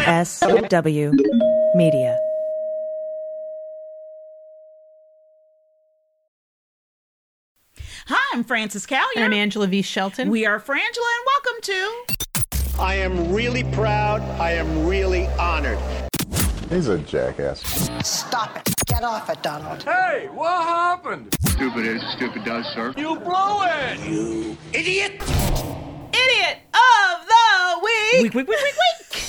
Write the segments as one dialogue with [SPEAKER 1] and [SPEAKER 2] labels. [SPEAKER 1] MSW Media.
[SPEAKER 2] Hi, I'm Frances Callier.
[SPEAKER 3] And I'm Angela V. Shelton.
[SPEAKER 2] we are Frangela, and welcome to
[SPEAKER 4] I am really proud. I am really honored.
[SPEAKER 5] He's a jackass.
[SPEAKER 6] Stop it. Get off it, Donald.
[SPEAKER 7] Hey, what happened?
[SPEAKER 8] Stupid is, stupid does, sir.
[SPEAKER 7] You blew it!
[SPEAKER 2] Idiot of the Week.
[SPEAKER 3] Week, week, week, week, week.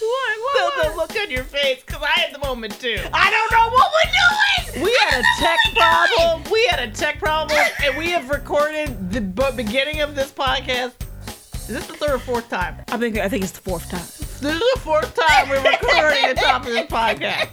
[SPEAKER 2] What, what, what? The, look on your face, because I had the moment too.
[SPEAKER 3] I don't know what we're doing.
[SPEAKER 2] We
[SPEAKER 3] I
[SPEAKER 2] had a
[SPEAKER 3] don't know
[SPEAKER 2] tech
[SPEAKER 3] what we're doing.
[SPEAKER 2] problem. We had a tech problem, and we have recorded the b- beginning of this podcast. Is this the third or fourth time?
[SPEAKER 3] I think I think it's the fourth time.
[SPEAKER 2] This is the fourth time we're recording the top of this podcast.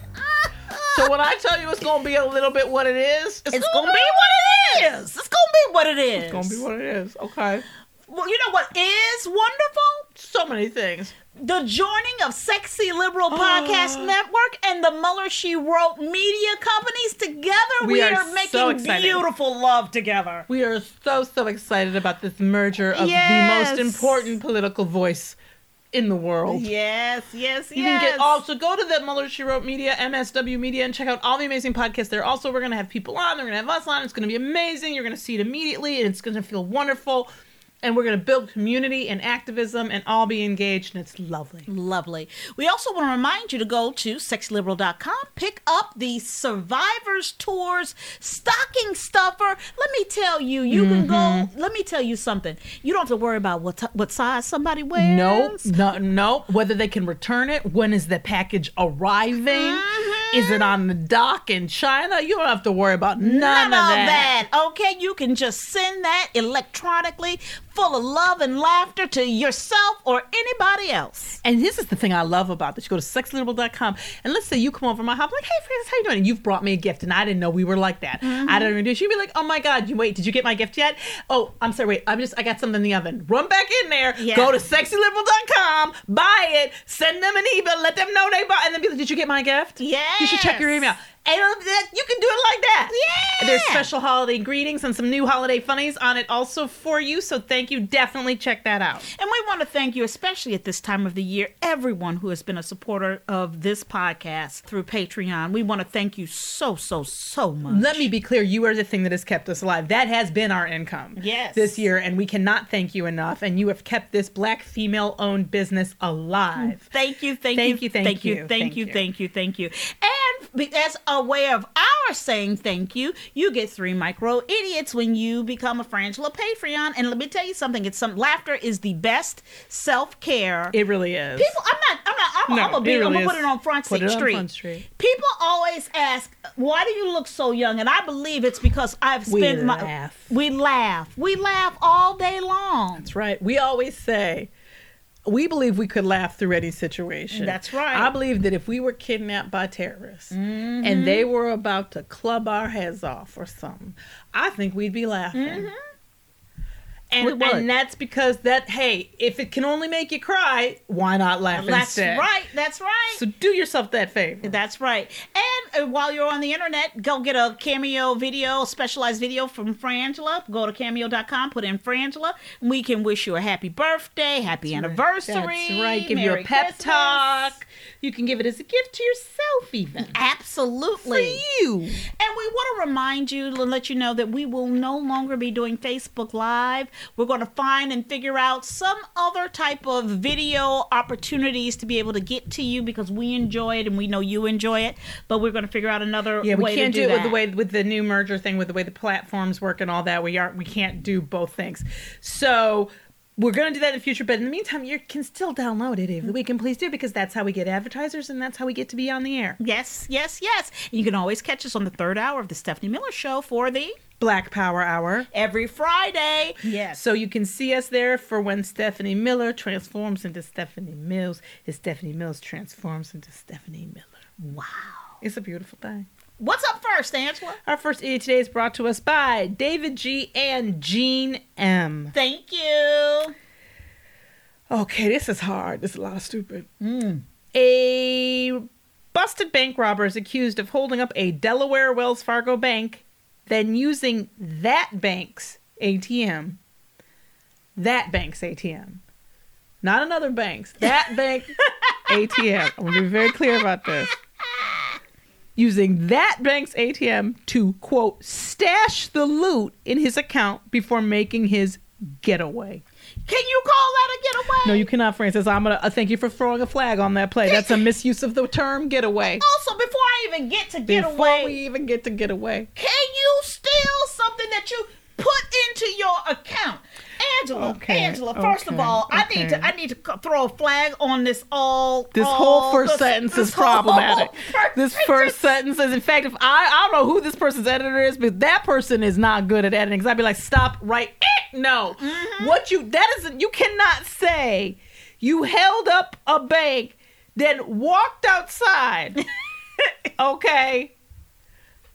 [SPEAKER 2] So when I tell you it's gonna be a little bit what it is, it's,
[SPEAKER 3] gonna be
[SPEAKER 2] what it
[SPEAKER 3] It's gonna be what it is.
[SPEAKER 2] It's gonna be what it is. Okay.
[SPEAKER 3] Well, you know what is wonderful?
[SPEAKER 2] So many things.
[SPEAKER 3] The joining of Sexy
[SPEAKER 2] Ah.
[SPEAKER 3] Liberal Podcast Network and the Muller She Wrote media companies together.
[SPEAKER 2] We
[SPEAKER 3] We,
[SPEAKER 2] are
[SPEAKER 3] are,
[SPEAKER 2] so
[SPEAKER 3] making
[SPEAKER 2] excited.
[SPEAKER 3] beautiful love together.
[SPEAKER 2] We are so so excited about this merger of
[SPEAKER 3] Yes.
[SPEAKER 2] the most important political voice in the world.
[SPEAKER 3] Yes, yes, yes.
[SPEAKER 2] You can get also go to the Muller She Wrote Media, MSW Media, and check out all the amazing podcasts there. Also, we're gonna have people on, they're gonna have us on, it's gonna be amazing. You're gonna see it immediately, and it's gonna feel wonderful. And we're gonna build community and activism and all be engaged, and it's lovely.
[SPEAKER 3] Lovely. We also want to remind you to go to sexyliberal.com, pick up the Survivors Tours stocking stuffer. Let me tell you, you can
[SPEAKER 2] Mm-hmm.
[SPEAKER 3] go. Let me tell you something. You don't have to worry about what t- what size somebody wears.
[SPEAKER 2] Nope, no, no. Whether they can return it, when is the package arriving? Is
[SPEAKER 3] Mm-hmm.
[SPEAKER 2] it on the dock in China? You don't have to worry about none,
[SPEAKER 3] None
[SPEAKER 2] of
[SPEAKER 3] of
[SPEAKER 2] that.
[SPEAKER 3] that. Okay, you can just send that electronically, full of love and laughter to yourself or anybody else.
[SPEAKER 2] And this is the thing I love about this. You go to sexlabel.com and let's say you come over to my house, like, hey, Francis, how you doing? And you've brought me a gift, and I didn't know we were like that.
[SPEAKER 3] Mm-hmm.
[SPEAKER 2] I don't introduce you. You'd be like, oh my God, you wait, did you get my gift yet? Oh, I'm sorry, wait, I'm just, I got something in the oven. Run back in there,
[SPEAKER 3] Yeah.
[SPEAKER 2] go to sexyliberal.com, buy it, send them an email, let them know they bought, and then be like, did you get my gift? You should check your
[SPEAKER 3] Yes.
[SPEAKER 2] email. And uh, that- you can do it like that.
[SPEAKER 3] Yeah.
[SPEAKER 2] There's special holiday greetings and some new holiday funnies on it also for you. So thank you. Definitely check that out.
[SPEAKER 3] And we want to thank you, especially at this time of the year, everyone who has been a supporter of this podcast through Patreon. We want to thank you so, so, so much.
[SPEAKER 2] Let me be clear, you are the thing that has kept us alive. That has been our income.
[SPEAKER 3] Yes.
[SPEAKER 2] This year, and we cannot thank you enough. And you have kept this black female owned business alive.
[SPEAKER 3] Thank you, thank,
[SPEAKER 2] Thank
[SPEAKER 3] you,
[SPEAKER 2] you, thank you,
[SPEAKER 3] thank, you, thank you, thank you. And be- as a way of our saying thank you, you get three micro idiots when you become a Frangela Patreon. And let me tell you something: it's some laughter is the best self care.
[SPEAKER 2] It really is.
[SPEAKER 3] People, I'm not. I'm not. I'm,
[SPEAKER 2] No,
[SPEAKER 3] I'm gonna be.
[SPEAKER 2] it
[SPEAKER 3] I'm
[SPEAKER 2] really
[SPEAKER 3] gonna put
[SPEAKER 2] is.
[SPEAKER 3] it on Front
[SPEAKER 2] Put
[SPEAKER 3] Street,
[SPEAKER 2] it on Front Street.
[SPEAKER 3] People always ask, "Why do you look so young?" And I believe it's because I've
[SPEAKER 2] We
[SPEAKER 3] spent my.
[SPEAKER 2] laugh.
[SPEAKER 3] We laugh. We laugh all day long.
[SPEAKER 2] That's right. We always say, we believe we could laugh through any situation.
[SPEAKER 3] That's right.
[SPEAKER 2] I believe that if we were kidnapped by terrorists and they were about to club our heads off or something, I think we'd be laughing.
[SPEAKER 3] We
[SPEAKER 2] Mm-hmm. And,
[SPEAKER 3] would.
[SPEAKER 2] and that's because that, hey, if it can only make you cry, why not laugh
[SPEAKER 3] That's
[SPEAKER 2] instead?
[SPEAKER 3] right. That's right.
[SPEAKER 2] So do yourself that favor.
[SPEAKER 3] That's right. And uh, while you're on the internet, go get a cameo video, specialized video from Frangela. Go to cameo.com, put in Frangela. We can wish you a happy birthday, happy anniversary.
[SPEAKER 2] That's right. Give you
[SPEAKER 3] Merry
[SPEAKER 2] a pep
[SPEAKER 3] Christmas.
[SPEAKER 2] talk. You can give it as a gift to yourself, even.
[SPEAKER 3] Absolutely.
[SPEAKER 2] You.
[SPEAKER 3] And we want to remind you and let you know that we will no longer be doing Facebook Live. We're going to find and figure out some other type of video opportunities to be able to get to you because we enjoy it and we know you enjoy it. But we're going to figure out another
[SPEAKER 2] Yeah, we
[SPEAKER 3] way
[SPEAKER 2] can't
[SPEAKER 3] to
[SPEAKER 2] do,
[SPEAKER 3] do,
[SPEAKER 2] it with
[SPEAKER 3] that.
[SPEAKER 2] the way with the new merger thing, with the way the platforms work and all that. We aren't. We can't do both things. So. We're going to do that in the future, but in the meantime, you can still download it if we can please do because that's how we get advertisers and that's how we get to be on the air.
[SPEAKER 3] Yes, yes, yes. You can always catch us on the third hour of the Stephanie Miller Show for the
[SPEAKER 2] Black Power Hour.
[SPEAKER 3] every Friday. Yes.
[SPEAKER 2] So you can see us there for when Stephanie Miller transforms into Stephanie Mills, and Stephanie Mills transforms into Stephanie Miller.
[SPEAKER 3] Wow.
[SPEAKER 2] It's a beautiful thing. What's
[SPEAKER 3] What's up first, Angela?
[SPEAKER 2] Our first EA today is brought to us by David G and Gene M.
[SPEAKER 3] Thank you.
[SPEAKER 2] Okay, this is hard. This is a lot of stupid. A busted bank robber is accused of holding up a Delaware Wells Fargo bank, then using that bank's ATM. That bank's ATM. Not another bank's. That bank ATM. I want to be very clear about this. Using that bank's ATM to, quote, stash the loot in his account before making his getaway.
[SPEAKER 3] Can you call that a getaway?
[SPEAKER 2] No, you cannot, Francis. I'm going to uh, thank you for throwing a flag on that play. That's a misuse of the term getaway.
[SPEAKER 3] Also, before I even get to getaway,
[SPEAKER 2] Before we even get to getaway.
[SPEAKER 3] can you steal something that you put into your account? Angela,
[SPEAKER 2] Okay,
[SPEAKER 3] Angela, first of
[SPEAKER 2] okay,
[SPEAKER 3] all, I need
[SPEAKER 2] okay.
[SPEAKER 3] to I need to c- throw a flag on this all
[SPEAKER 2] This
[SPEAKER 3] all-
[SPEAKER 2] whole
[SPEAKER 3] Oh,
[SPEAKER 2] first
[SPEAKER 3] this-
[SPEAKER 2] sentence
[SPEAKER 3] this
[SPEAKER 2] is
[SPEAKER 3] whole
[SPEAKER 2] problematic.
[SPEAKER 3] first
[SPEAKER 2] this
[SPEAKER 3] sentence.
[SPEAKER 2] first sentence is, in fact, if I, I don't know who this person's editor is, but that person is not good at editing. Because I'd be like, stop right, eh, no.
[SPEAKER 3] Mm-hmm.
[SPEAKER 2] What you that isn't you cannot say you held up a bank, then walked outside, okay,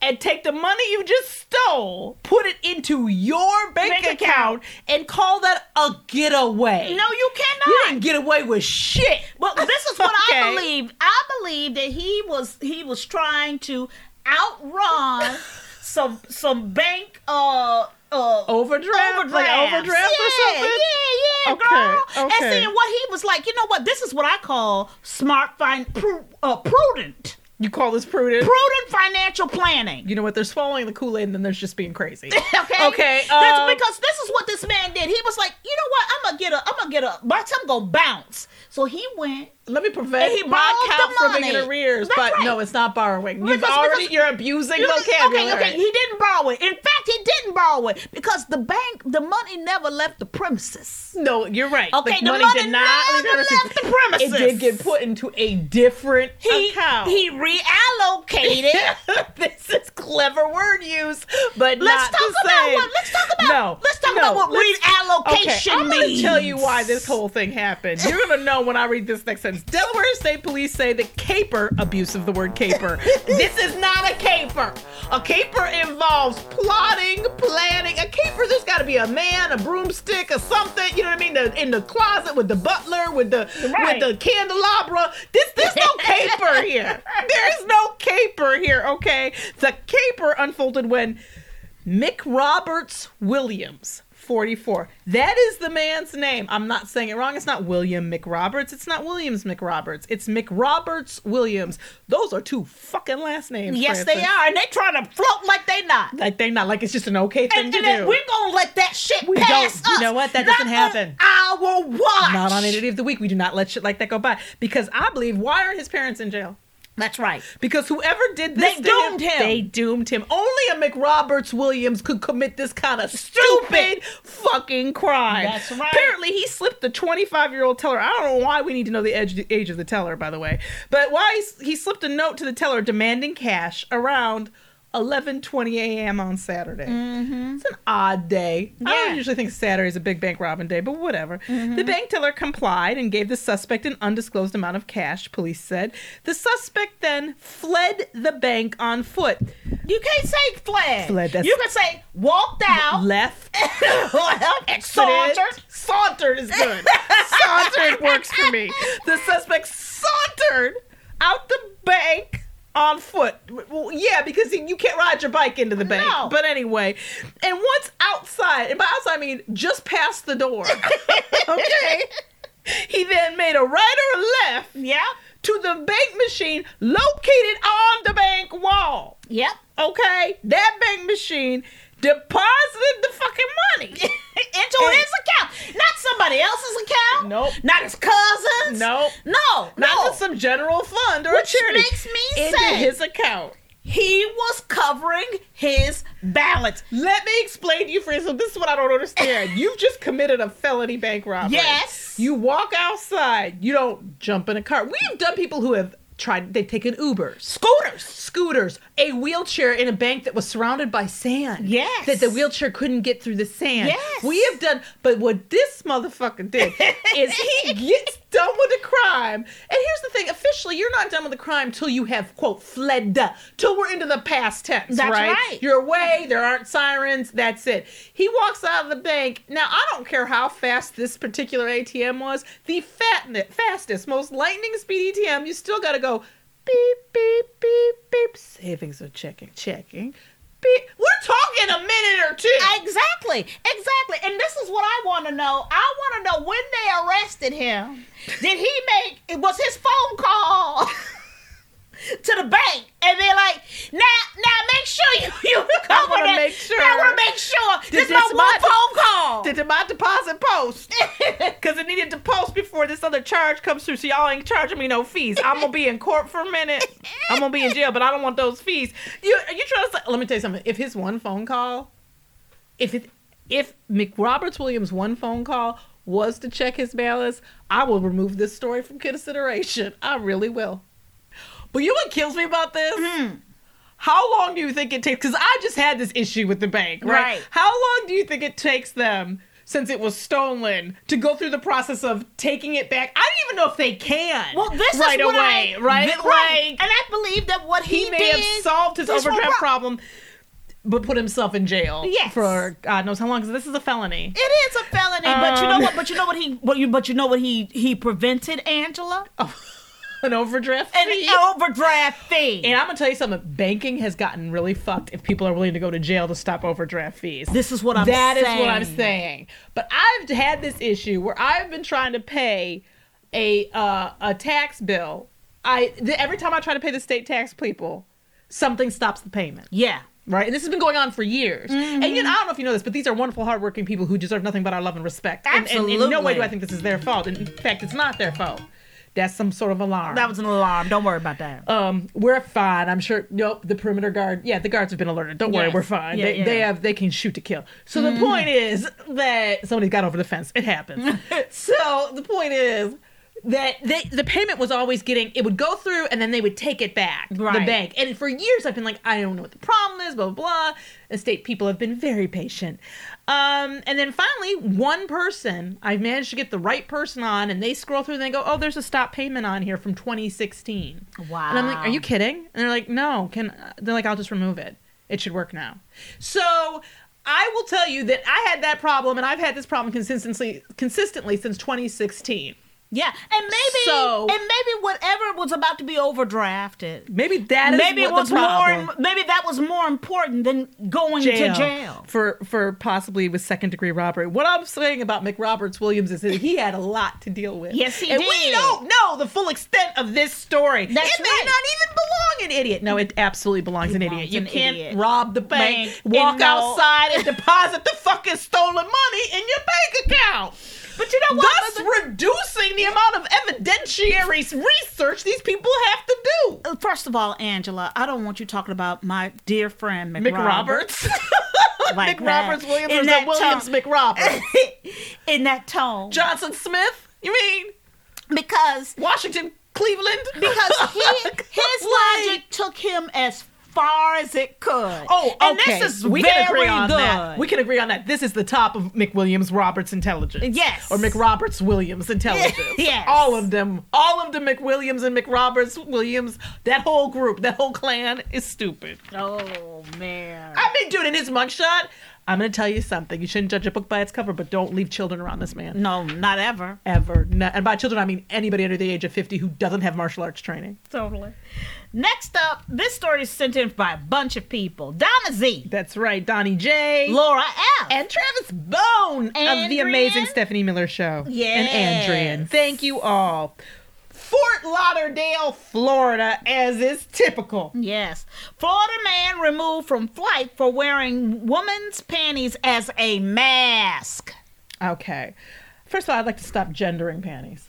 [SPEAKER 2] and take the money you just stole, put it into your bank,
[SPEAKER 3] Bank
[SPEAKER 2] account, and call that a getaway.
[SPEAKER 3] No, you cannot.
[SPEAKER 2] you didn't get away with shit.
[SPEAKER 3] Well, this is what I
[SPEAKER 2] Okay.
[SPEAKER 3] believe. I believe that he was he was trying to outrun some some bank uh uh
[SPEAKER 2] overdraft,
[SPEAKER 3] overdraft,
[SPEAKER 2] like overdraft
[SPEAKER 3] yeah,
[SPEAKER 2] or something.
[SPEAKER 3] Yeah, yeah,
[SPEAKER 2] Okay,
[SPEAKER 3] girl. And
[SPEAKER 2] okay.
[SPEAKER 3] seeing what he was like, you know what? This is what I call smart, fin- pru- uh, prudent,
[SPEAKER 2] You call this prudent?
[SPEAKER 3] prudent financial planning.
[SPEAKER 2] you know what? They're swallowing the Kool Aid and then they're just being crazy.
[SPEAKER 3] Okay.
[SPEAKER 2] Okay,
[SPEAKER 3] That's
[SPEAKER 2] um,
[SPEAKER 3] because this is what this man did. He was like, you know what? I'm gonna get a. I'm gonna get a. By the time I'm gonna bounce. So he went.
[SPEAKER 2] Let me prevent
[SPEAKER 3] And he
[SPEAKER 2] my
[SPEAKER 3] borrowed
[SPEAKER 2] account
[SPEAKER 3] the
[SPEAKER 2] from being in
[SPEAKER 3] money.
[SPEAKER 2] arrears.
[SPEAKER 3] That's
[SPEAKER 2] but
[SPEAKER 3] right.
[SPEAKER 2] no, it's not borrowing. You've
[SPEAKER 3] Because-
[SPEAKER 2] already
[SPEAKER 3] because-
[SPEAKER 2] you're abusing vocabulary.
[SPEAKER 3] Okay, okay, he didn't borrow it. In fact, he didn't borrow it because the bank, the money never left the premises.
[SPEAKER 2] no, you're right.
[SPEAKER 3] Okay,
[SPEAKER 2] the,
[SPEAKER 3] the
[SPEAKER 2] money, did
[SPEAKER 3] money
[SPEAKER 2] not leave
[SPEAKER 3] never left the premises.
[SPEAKER 2] It did get put into a different
[SPEAKER 3] He
[SPEAKER 2] account.
[SPEAKER 3] he reallocated.
[SPEAKER 2] this is clever word use, but
[SPEAKER 3] let's
[SPEAKER 2] not
[SPEAKER 3] talk
[SPEAKER 2] the
[SPEAKER 3] about
[SPEAKER 2] same.
[SPEAKER 3] what. Let's talk about.
[SPEAKER 2] No,
[SPEAKER 3] let's talk
[SPEAKER 2] no,
[SPEAKER 3] about what
[SPEAKER 2] let's-
[SPEAKER 3] reallocation
[SPEAKER 2] okay, I'm
[SPEAKER 3] means.
[SPEAKER 2] gonna tell you why this whole thing happened. You're gonna know when I read this next sentence. Delaware State Police say the caper abuse of the word caper. this is not a caper. A caper involves plotting, planning. A caper, there's got to be a man, a broomstick, or something. You know what I mean? The, in the closet with the butler, with the
[SPEAKER 3] Right.
[SPEAKER 2] with the candelabra. This there's no caper here. There is no caper here. Okay, the caper unfolded when. Mick Roberts Williams, 44. That is the man's name. I'm not saying it wrong. It's not William McRoberts. It's not Williams McRoberts. It's McRoberts Williams. Those are two fucking last names.
[SPEAKER 3] Yes, they
[SPEAKER 2] Francis.
[SPEAKER 3] are, and they trying to float like they not.
[SPEAKER 2] Like they're not like it's just an okay thing
[SPEAKER 3] And,
[SPEAKER 2] to
[SPEAKER 3] and then
[SPEAKER 2] do.
[SPEAKER 3] we're gonna let that shit
[SPEAKER 2] We
[SPEAKER 3] pass
[SPEAKER 2] don't. You
[SPEAKER 3] us.
[SPEAKER 2] know what? That
[SPEAKER 3] Not
[SPEAKER 2] doesn't happen.
[SPEAKER 3] On our watch.
[SPEAKER 2] not on Entity of the Week. We do not let shit like that go by. Because I believe why aren't his parents in jail?
[SPEAKER 3] That's right.
[SPEAKER 2] Because whoever did this
[SPEAKER 3] They
[SPEAKER 2] to
[SPEAKER 3] doomed
[SPEAKER 2] him,
[SPEAKER 3] him.
[SPEAKER 2] They doomed him. Only a McRoberts Williams could commit this kind of stupid fucking crime.
[SPEAKER 3] That's right.
[SPEAKER 2] Apparently, he slipped the 25 year old teller. I don't know why we need to know the edge, age of the teller, by the way. But why he- he slipped a note to the teller demanding cash around 11:20 a.m. on Saturday. It's an odd day. I don't
[SPEAKER 3] Mm-hmm. Yeah. Mm-hmm.
[SPEAKER 2] usually think Saturday is a big bank robbing day, but whatever. The bank teller complied and gave the suspect an undisclosed amount of cash, police said. The suspect then fled the bank on foot.
[SPEAKER 3] You can't say fled.
[SPEAKER 2] Fled, that's-
[SPEAKER 3] You can say walked out.
[SPEAKER 2] Left, exited.
[SPEAKER 3] Sauntered.
[SPEAKER 2] Sauntered is good. sauntered works for me. The suspect sauntered out the bank on foot. Well, yeah, because you can't ride your bike into the bank.
[SPEAKER 3] No.
[SPEAKER 2] But anyway, and once outside, and by outside I mean just past the door. okay. He then made a right or a left
[SPEAKER 3] Yep.
[SPEAKER 2] to the bank machine located on the bank wall
[SPEAKER 3] Yep.
[SPEAKER 2] okay? That bank machine deposited the fucking money.
[SPEAKER 3] Into
[SPEAKER 2] And-
[SPEAKER 3] his account. Not somebody else's account.
[SPEAKER 2] Nope.
[SPEAKER 3] Not his cousins.
[SPEAKER 2] Nope.
[SPEAKER 3] No.
[SPEAKER 2] Not
[SPEAKER 3] no.
[SPEAKER 2] to some general fund or
[SPEAKER 3] Which
[SPEAKER 2] a charity.
[SPEAKER 3] makes me
[SPEAKER 2] into
[SPEAKER 3] say-
[SPEAKER 2] his account.
[SPEAKER 3] he was covering his balance.
[SPEAKER 2] Let me explain to you, friends. So this is what I don't understand. You've just committed a felony bank robbery.
[SPEAKER 3] Yes.
[SPEAKER 2] You walk outside. You don't jump in a car. We've done people who have tried. They've taken Ubers,
[SPEAKER 3] Scooters.
[SPEAKER 2] scooters, a wheelchair in a bank that was surrounded by sand.
[SPEAKER 3] Yes.
[SPEAKER 2] That the wheelchair couldn't get through the sand.
[SPEAKER 3] Yes.
[SPEAKER 2] We have done. But what this motherfucker did is he gets done with the crime. And here's the thing. Officially, you're not done with the crime till you have quote fled. Till we're into the past tense.
[SPEAKER 3] That's
[SPEAKER 2] right.
[SPEAKER 3] right.
[SPEAKER 2] You're away. There aren't sirens. That's it. He walks out of the bank. Now, I don't care how fast this particular ATM was. The fat, fastest, most lightning speed ATM. You still got to go beep, beep, beep, beep. Savings are checking, checking. Beep. We're Talk in a minute or two.
[SPEAKER 3] Exactly, exactly. And this is what I want to know. I want to know when they arrested him. Did he make? It was his phone call to the bank, and they're like, "Now, now, make sure you you recover
[SPEAKER 2] wanna
[SPEAKER 3] that.
[SPEAKER 2] make sure.
[SPEAKER 3] I want to make sure. This,
[SPEAKER 2] this
[SPEAKER 3] my one
[SPEAKER 2] my-
[SPEAKER 3] phone call.
[SPEAKER 2] Did my deposit post? Because it needed to post before this other charge comes through. So y'all ain't charging me no fees. I'm gonna be in court for a minute. I'm gonna be in jail, but I don't want those fees. You are you trying to? say- Let me tell you something. If his one phone call, if it, if McRoberts Williams' one phone call was to check his balance, I will remove this story from consideration. I really will. But you know what kills me about this?
[SPEAKER 3] Mm-hmm.
[SPEAKER 2] How long do you think it takes? Because I just had this issue with the bank, right?
[SPEAKER 3] Right.
[SPEAKER 2] How long do you think it takes them since it was stolen to go through the process of taking it back? I don't even know if they can.
[SPEAKER 3] well, this
[SPEAKER 2] right
[SPEAKER 3] is what
[SPEAKER 2] away,
[SPEAKER 3] I,
[SPEAKER 2] right?
[SPEAKER 3] th- and
[SPEAKER 2] Like
[SPEAKER 3] I believe that what he,
[SPEAKER 2] he, may
[SPEAKER 3] did,
[SPEAKER 2] have solved his
[SPEAKER 3] this will
[SPEAKER 2] overdraft
[SPEAKER 3] pro-
[SPEAKER 2] problem, but put himself in jail
[SPEAKER 3] Yes.
[SPEAKER 2] for God knows how long. Because this is a felony.
[SPEAKER 3] It is a felony, but
[SPEAKER 2] Um,
[SPEAKER 3] you know what? But you know what he? But you, but you know what he? He prevented Angela
[SPEAKER 2] An overdraft
[SPEAKER 3] an
[SPEAKER 2] fee.
[SPEAKER 3] overdraft fee.
[SPEAKER 2] and I'm gonna tell you something. Banking has gotten really fucked if people are willing to go to jail to stop overdraft fees.
[SPEAKER 3] This is what I'm
[SPEAKER 2] That is
[SPEAKER 3] saying.
[SPEAKER 2] what I'm saying. But I've had this issue where I've been trying to pay a uh, a tax bill. I th- every time I try to pay the state tax people, something stops the payment.
[SPEAKER 3] Yeah.
[SPEAKER 2] Right, and this has been going on for years. And you
[SPEAKER 3] Mm-hmm.
[SPEAKER 2] know, I don't know if you know this, but these are wonderful, hardworking people who deserve nothing but our love and respect. And- And, in no way do
[SPEAKER 3] Absolutely.
[SPEAKER 2] I think this is their fault. In fact, it's not their fault. That's some sort of alarm.
[SPEAKER 3] That was an alarm. Don't worry about that.
[SPEAKER 2] um, we're fine. I'm sure. Nope, the perimeter guard. Yeah, the guards have been alerted. Don't worry,
[SPEAKER 3] Yes.
[SPEAKER 2] we're fine.
[SPEAKER 3] Yeah,
[SPEAKER 2] they,
[SPEAKER 3] yeah. Mm.
[SPEAKER 2] they have. They can shoot to kill. So the point is that somebody got over the fence. It happens. so the point is that they, the payment was always getting. It would go through, and then they would take it back. The
[SPEAKER 3] Right.
[SPEAKER 2] bank. And for years, I've been like, I don't know what the problem is. Blah blah. blah. The state people have been very patient. Um, and then finally, one person, I managed to get the right person on, and they scroll through and they go, "Oh, there's a stop payment on here from 2016."
[SPEAKER 3] Wow.
[SPEAKER 2] And I'm like, "Are you kidding?" And they're like, "No, can." They're like, "I'll just remove it. It should work now." So I will tell you that I had that problem, and I've had this problem consistently, consistently since 2016.
[SPEAKER 3] Yeah, and maybe
[SPEAKER 2] So-
[SPEAKER 3] and maybe whatever was about to be overdrafted.
[SPEAKER 2] Maybe that is
[SPEAKER 3] maybe it
[SPEAKER 2] what
[SPEAKER 3] was
[SPEAKER 2] the
[SPEAKER 3] more.
[SPEAKER 2] problem.
[SPEAKER 3] im- Maybe that was more important than going to jail.
[SPEAKER 2] for for possibly with second degree robbery. What I'm saying about McRoberts Williams is that he had a lot to deal with.
[SPEAKER 3] Yes, he
[SPEAKER 2] and We
[SPEAKER 3] did.
[SPEAKER 2] don't know the full extent of this story.
[SPEAKER 3] That's
[SPEAKER 2] it may
[SPEAKER 3] right.
[SPEAKER 2] not even belong in idiot. No, it absolutely belongs in idiot.
[SPEAKER 3] belongs
[SPEAKER 2] You
[SPEAKER 3] in
[SPEAKER 2] can't
[SPEAKER 3] Idiot.
[SPEAKER 2] rob the bank,
[SPEAKER 3] Bank,
[SPEAKER 2] walk
[SPEAKER 3] and no-
[SPEAKER 2] outside, and deposit the fucking stolen money in your bank account. But you know what? Thus reducing the amount of evidentiary research these people have to do.
[SPEAKER 3] Uh, First of all, Angela, I don't want you talking about my dear friend McRoberts.
[SPEAKER 2] McRoberts.
[SPEAKER 3] Like
[SPEAKER 2] McRoberts
[SPEAKER 3] that.
[SPEAKER 2] Williams
[SPEAKER 3] In
[SPEAKER 2] or is
[SPEAKER 3] that
[SPEAKER 2] that Williams
[SPEAKER 3] tone.
[SPEAKER 2] McRoberts?
[SPEAKER 3] in that tone
[SPEAKER 2] Johnson Smith? You mean
[SPEAKER 3] because
[SPEAKER 2] Washington, Cleveland?
[SPEAKER 3] because he, his
[SPEAKER 2] Like-
[SPEAKER 3] logic took him as far as it could.
[SPEAKER 2] Oh, okay.
[SPEAKER 3] and this is
[SPEAKER 2] we
[SPEAKER 3] very
[SPEAKER 2] can agree on
[SPEAKER 3] good.
[SPEAKER 2] that. We can agree on that. This is the top of McWilliams Roberts intelligence.
[SPEAKER 3] Yes.
[SPEAKER 2] Or McRoberts Williams intelligence.
[SPEAKER 3] Yes.
[SPEAKER 2] All of them. All of the McWilliams and McRoberts Williams. That whole group, that whole clan is stupid.
[SPEAKER 3] oh man.
[SPEAKER 2] I mean, dude, in his mugshot, I'm going to tell you something. You shouldn't judge a book by its cover, but don't leave children around this man.
[SPEAKER 3] no, not ever.
[SPEAKER 2] Ever. No- and by children, I mean anybody under the age of 50 who doesn't have martial arts training.
[SPEAKER 3] Totally. Next up, this story is sent in by a bunch of people. Donna Z,
[SPEAKER 2] That's right. Donnie J.
[SPEAKER 3] Laura F,
[SPEAKER 2] and Travis Bone of the
[SPEAKER 3] Andrian?
[SPEAKER 2] amazing Stephanie Miller show.
[SPEAKER 3] Yes.
[SPEAKER 2] And Andrian. Thank you all. Fort Lauderdale, Florida, as is typical.
[SPEAKER 3] yes, Florida man removed from flight for wearing woman's panties as a mask.
[SPEAKER 2] Okay. First of all, I'd like to stop gendering panties.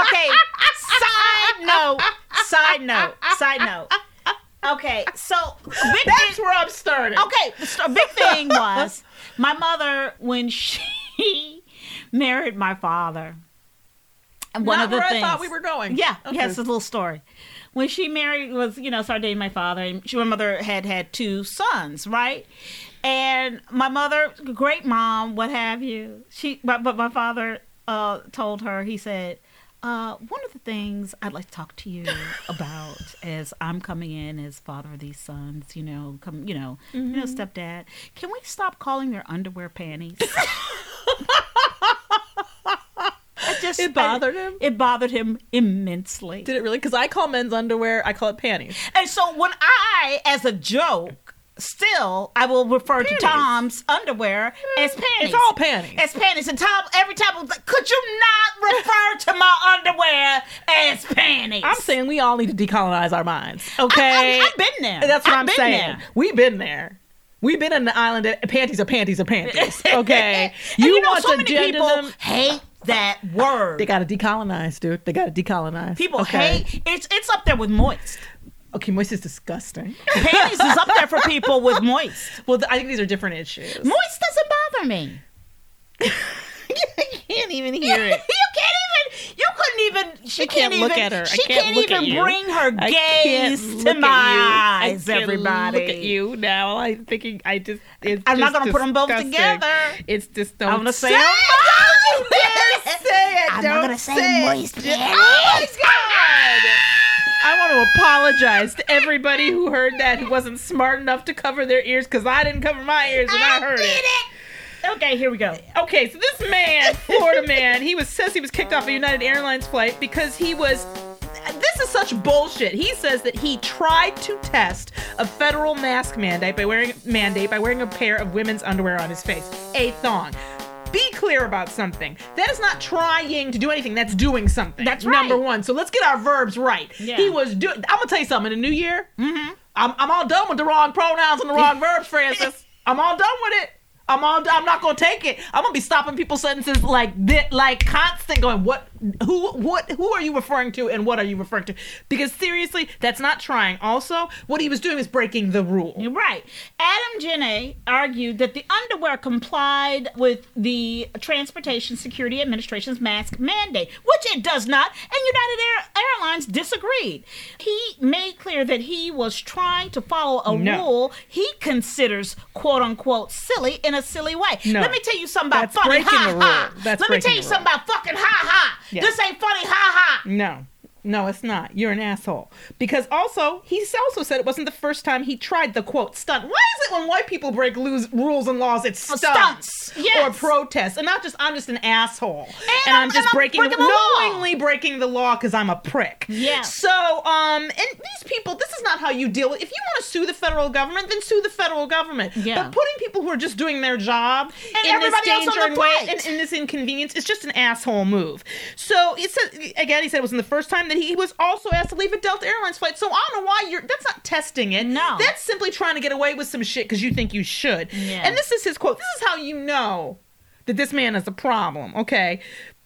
[SPEAKER 3] Okay. side note. Side note. Side note. Okay. So big
[SPEAKER 2] That's
[SPEAKER 3] thing,
[SPEAKER 2] where I'm starting.
[SPEAKER 3] okay. the st- big thing was my mother when she married my father. And one
[SPEAKER 2] Not
[SPEAKER 3] of the
[SPEAKER 2] where
[SPEAKER 3] things
[SPEAKER 2] I thought we were going.
[SPEAKER 3] Yeah,
[SPEAKER 2] Okay.
[SPEAKER 3] yes, a little story. When she married, was you know started dating my father, and she, my mother had had two sons, right? And my mother, great mom, what have you. She, but, but my father uh, told her. He said, uh, "One of the things I'd like to talk to you about as I'm coming in as father of these sons, you know, come, you know, you
[SPEAKER 2] Mm-hmm.
[SPEAKER 3] know, stepdad. Can we stop calling their underwear panties?" I just just
[SPEAKER 2] It bothered him?
[SPEAKER 3] It bothered him immensely.
[SPEAKER 2] Did it really? Because I call men's underwear, I call it panties.
[SPEAKER 3] And so when I, as a joke, still I will refer to Tom's underwear as panties.
[SPEAKER 2] It's all Hmm, panties.
[SPEAKER 3] As panties. And Tom, every time I was like, could you not refer to my underwear as panties?
[SPEAKER 2] I'm saying we all need to decolonize our minds.
[SPEAKER 3] I,
[SPEAKER 2] Okay.
[SPEAKER 3] have been there.
[SPEAKER 2] That's what
[SPEAKER 3] I've
[SPEAKER 2] am
[SPEAKER 3] been
[SPEAKER 2] saying.
[SPEAKER 3] there.
[SPEAKER 2] We've been there. We've been on the island that panties are panties are panties. Okay.
[SPEAKER 3] And you, know,
[SPEAKER 2] want
[SPEAKER 3] so
[SPEAKER 2] to
[SPEAKER 3] many
[SPEAKER 2] gender
[SPEAKER 3] people
[SPEAKER 2] them-
[SPEAKER 3] hate that word.
[SPEAKER 2] They gotta decolonize, dude. They gotta decolonize.
[SPEAKER 3] people
[SPEAKER 2] okay.
[SPEAKER 3] hate it's it's up there with moist.
[SPEAKER 2] Okay, moist is disgusting.
[SPEAKER 3] Panties is up there for people with moist.
[SPEAKER 2] well, th- I think these are different issues.
[SPEAKER 3] Moist doesn't bother me.
[SPEAKER 2] can't even
[SPEAKER 3] you can't even. You couldn't even. She
[SPEAKER 2] I can't
[SPEAKER 3] even,
[SPEAKER 2] look at her. I
[SPEAKER 3] She
[SPEAKER 2] can't look at
[SPEAKER 3] even
[SPEAKER 2] you.
[SPEAKER 3] bring her
[SPEAKER 2] I can't
[SPEAKER 3] gaze
[SPEAKER 2] look
[SPEAKER 3] to
[SPEAKER 2] at
[SPEAKER 3] my
[SPEAKER 2] you.
[SPEAKER 3] eyes.
[SPEAKER 2] I can't
[SPEAKER 3] everybody,
[SPEAKER 2] Look at you now. I'm thinking. I just. It's
[SPEAKER 3] I'm not
[SPEAKER 2] just
[SPEAKER 3] gonna put 'em both
[SPEAKER 2] disgusting.
[SPEAKER 3] together.
[SPEAKER 2] It's just. Don't
[SPEAKER 3] I'm gonna say.
[SPEAKER 2] say
[SPEAKER 3] I'm
[SPEAKER 2] it.
[SPEAKER 3] not gonna do this.
[SPEAKER 2] I'm
[SPEAKER 3] I'm not gonna say moist
[SPEAKER 2] Oh,
[SPEAKER 3] panties.
[SPEAKER 2] I want to apologize to everybody who heard that who wasn't smart enough to cover their ears because I didn't cover my ears when I, heard
[SPEAKER 3] did
[SPEAKER 2] it.
[SPEAKER 3] it. Okay, here we go.
[SPEAKER 2] Okay, so this man, Florida man, he was says he was kicked off a United Airlines flight because he was. This is such bullshit. He says that he tried to test a federal mask mandate by wearing mandate by wearing a pair of women's underwear on his face, a thong. Be clear about something. That is not trying to do anything. That's doing something.
[SPEAKER 3] That's
[SPEAKER 2] number
[SPEAKER 3] right.
[SPEAKER 2] one. So let's get our verbs right.
[SPEAKER 3] Yeah.
[SPEAKER 2] He was doing. I'm gonna tell you something. In the new year, mm-hmm. I'm, I'm all done with the wrong pronouns and the wrong verbs, Francis. I'm all done with it. I'm all. I'm not gonna take it. I'm gonna be stopping people's sentences like that, like constant. Going what? Who? What? Who are you referring to? And what are you referring to? Because seriously, that's not trying. Also, what he was doing is breaking the rule.
[SPEAKER 3] You're right. Adam Jenney argued that the underwear complied with the Transportation Security Administration's mask mandate, which it does not, and United Air- Airlines disagreed. He made clear that he was trying to follow a
[SPEAKER 2] No.
[SPEAKER 3] rule he considers "quote unquote" silly in a silly way.
[SPEAKER 2] No.
[SPEAKER 3] Let me tell you something about
[SPEAKER 2] That's
[SPEAKER 3] funny
[SPEAKER 2] breaking
[SPEAKER 3] ha
[SPEAKER 2] the
[SPEAKER 3] ha.
[SPEAKER 2] rule. That's
[SPEAKER 3] Let me
[SPEAKER 2] breaking
[SPEAKER 3] tell you
[SPEAKER 2] the
[SPEAKER 3] something about fucking ha ha.
[SPEAKER 2] Yeah.
[SPEAKER 3] This ain't funny ha ha.
[SPEAKER 2] No. No, it's not. You're an asshole. Because also, he also said it wasn't the first time he tried the quote stunt. Why is it when white people break loos- rules and laws, it's stunts,
[SPEAKER 3] stunts, yes.
[SPEAKER 2] or protests, and not just I'm just an asshole and,
[SPEAKER 3] I'm-
[SPEAKER 2] I'm, just
[SPEAKER 3] and I'm
[SPEAKER 2] breaking,
[SPEAKER 3] breaking the law.
[SPEAKER 2] knowingly breaking the law because I'm a prick.
[SPEAKER 3] Yeah.
[SPEAKER 2] So um, and these people, this is not how you deal with. If you want to sue the federal government, then sue the federal government.
[SPEAKER 3] Yeah.
[SPEAKER 2] But putting people who are just doing their job
[SPEAKER 3] And
[SPEAKER 2] in this
[SPEAKER 3] everybody else on
[SPEAKER 2] danger
[SPEAKER 3] the
[SPEAKER 2] and way,
[SPEAKER 3] flight.
[SPEAKER 2] and- in this inconvenience it's just an asshole move. So it says again, he said it wasn't the first time that he was also asked to leave a Delta Airlines flight. So I don't know why you're that's not testing it.
[SPEAKER 3] No.
[SPEAKER 2] That's simply trying to get away with some shit because you think you should.
[SPEAKER 3] Yeah.
[SPEAKER 2] And this is his quote. This is how you know that this man is a problem, okay?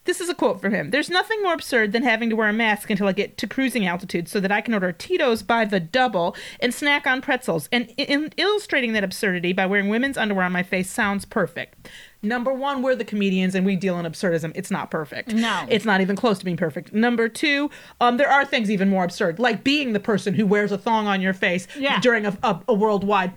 [SPEAKER 2] This is a quote from him. There's nothing more absurd than having to wear a mask until I get to cruising altitude so that I can order Tito's by the double and snack on pretzels. And i- in illustrating that absurdity by wearing women's underwear on my face sounds perfect. Number one, we're the comedians and we deal in absurdism. It's not perfect.
[SPEAKER 3] No.
[SPEAKER 2] It's not even close to being perfect. Number two, um, there are things even more absurd, like being the person who wears a thong on your face
[SPEAKER 3] Yeah.
[SPEAKER 2] during a, a, a worldwide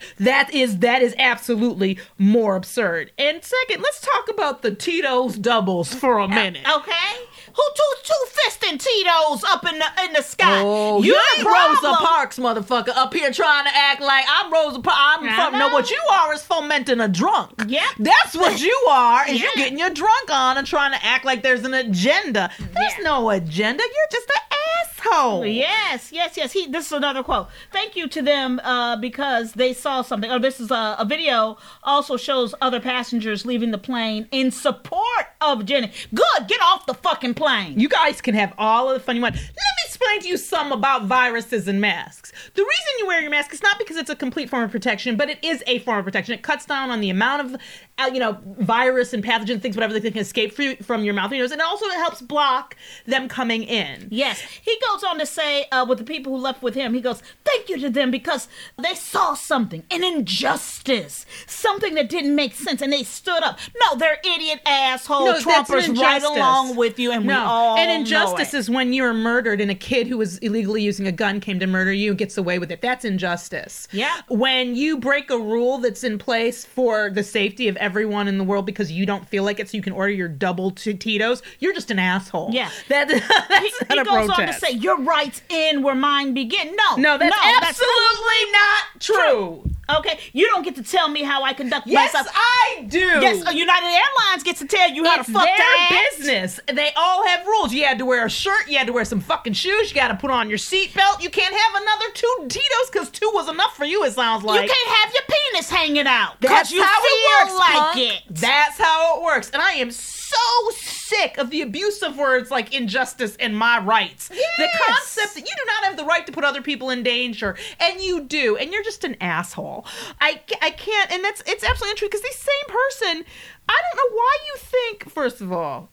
[SPEAKER 3] Pandemic.
[SPEAKER 2] That is that is absolutely more absurd. And second, let's talk about the Tito's doubles for a minute.
[SPEAKER 3] Okay, who two two fisting Tito's up in the in the sky?
[SPEAKER 2] you
[SPEAKER 3] the
[SPEAKER 2] ain't Rosa
[SPEAKER 3] problem.
[SPEAKER 2] Parks, motherfucker, up here trying to act like I'm Rosa Parks.
[SPEAKER 3] I
[SPEAKER 2] I'm from. No,
[SPEAKER 3] know.
[SPEAKER 2] what you are is fomenting a drunk.
[SPEAKER 3] Yeah.
[SPEAKER 2] That's what you are, is you
[SPEAKER 3] Yeah.
[SPEAKER 2] getting your drunk on and trying to act like there's an agenda. There's
[SPEAKER 3] Yeah.
[SPEAKER 2] no agenda. You're just an asshole.
[SPEAKER 3] Yes, yes, yes. He. This is another quote. Thank you to them uh, because they saw something. Or this is a, a video. Also shows other passengers leaving the plane in support of Jenny. Good. Get off the fucking plane.
[SPEAKER 2] You guys can have all of the fun you want. Let me explain to you some about viruses and masks. The reason you wear your mask is not because it's a complete form of protection, but it is a form of protection. It cuts down on the amount of, uh, you know, virus and pathogen things, whatever they can escape through, from your mouth and your nose, and also it helps block them coming in.
[SPEAKER 3] Yes. He goes on to say, uh, with the people who left with him, he goes, Thank you to them because they saw something, an injustice, something that didn't make sense, and they stood up. No, they're idiot asshole
[SPEAKER 2] No, that's an
[SPEAKER 3] Trumpers right
[SPEAKER 2] injustice.
[SPEAKER 3] along with you, and we all.
[SPEAKER 2] and injustice
[SPEAKER 3] know it.
[SPEAKER 2] is when you're murdered and a kid who was illegally using a gun came to murder you and gets away with it. That's injustice.
[SPEAKER 3] Yeah.
[SPEAKER 2] When you break a rule that's in place for the safety of everyone in the world because you don't feel like it, so you can order your double t- Tito's, you're just an asshole.
[SPEAKER 3] Yeah.
[SPEAKER 2] That, that's
[SPEAKER 3] he,
[SPEAKER 2] not
[SPEAKER 3] he
[SPEAKER 2] a
[SPEAKER 3] goes on to
[SPEAKER 2] protest.
[SPEAKER 3] say, "Your rights end where mine begin." No,
[SPEAKER 2] no, that's
[SPEAKER 3] no,
[SPEAKER 2] absolutely not true.
[SPEAKER 3] Okay, you don't get to tell me how I conduct
[SPEAKER 2] Yes,
[SPEAKER 3] myself.
[SPEAKER 2] I do.
[SPEAKER 3] yes, uh, United Airlines gets to tell you how
[SPEAKER 2] it's
[SPEAKER 3] to fuck
[SPEAKER 2] their
[SPEAKER 3] that.
[SPEAKER 2] business. They all have rules. You had to wear a shirt. You had to wear some fucking shoes. You got to put on your seatbelt. You can't have another two Tito's because two was enough for you. It sounds like
[SPEAKER 3] you can't have your penis hanging out
[SPEAKER 2] That's
[SPEAKER 3] because you
[SPEAKER 2] how
[SPEAKER 3] feel
[SPEAKER 2] it works,
[SPEAKER 3] like
[SPEAKER 2] punk.
[SPEAKER 3] it.
[SPEAKER 2] That's how it works. And I am so sick of the abuse of words like injustice and my rights. The
[SPEAKER 3] Yes.
[SPEAKER 2] concept that you do not have the right to put other people in danger, and you do, and you're just an asshole. I, ca- I can't, and that's it's absolutely untrue because the same person, I don't know why you think. First of all,